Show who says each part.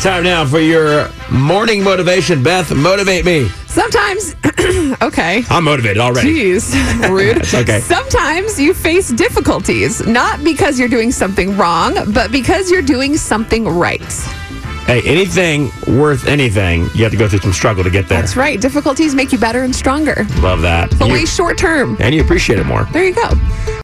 Speaker 1: Time now for your morning motivation. Beth, motivate me.
Speaker 2: Sometimes, okay.
Speaker 1: I'm motivated already.
Speaker 2: Jeez, rude.
Speaker 1: okay.
Speaker 2: Sometimes you face difficulties, not because you're doing something wrong, but because you're doing something right.
Speaker 1: Hey, anything worth anything, you have to go through some struggle to get there.
Speaker 2: That's right. Difficulties make you better and stronger,
Speaker 1: Love that. You-
Speaker 2: always short term.
Speaker 1: and you appreciate it more.
Speaker 2: There you go.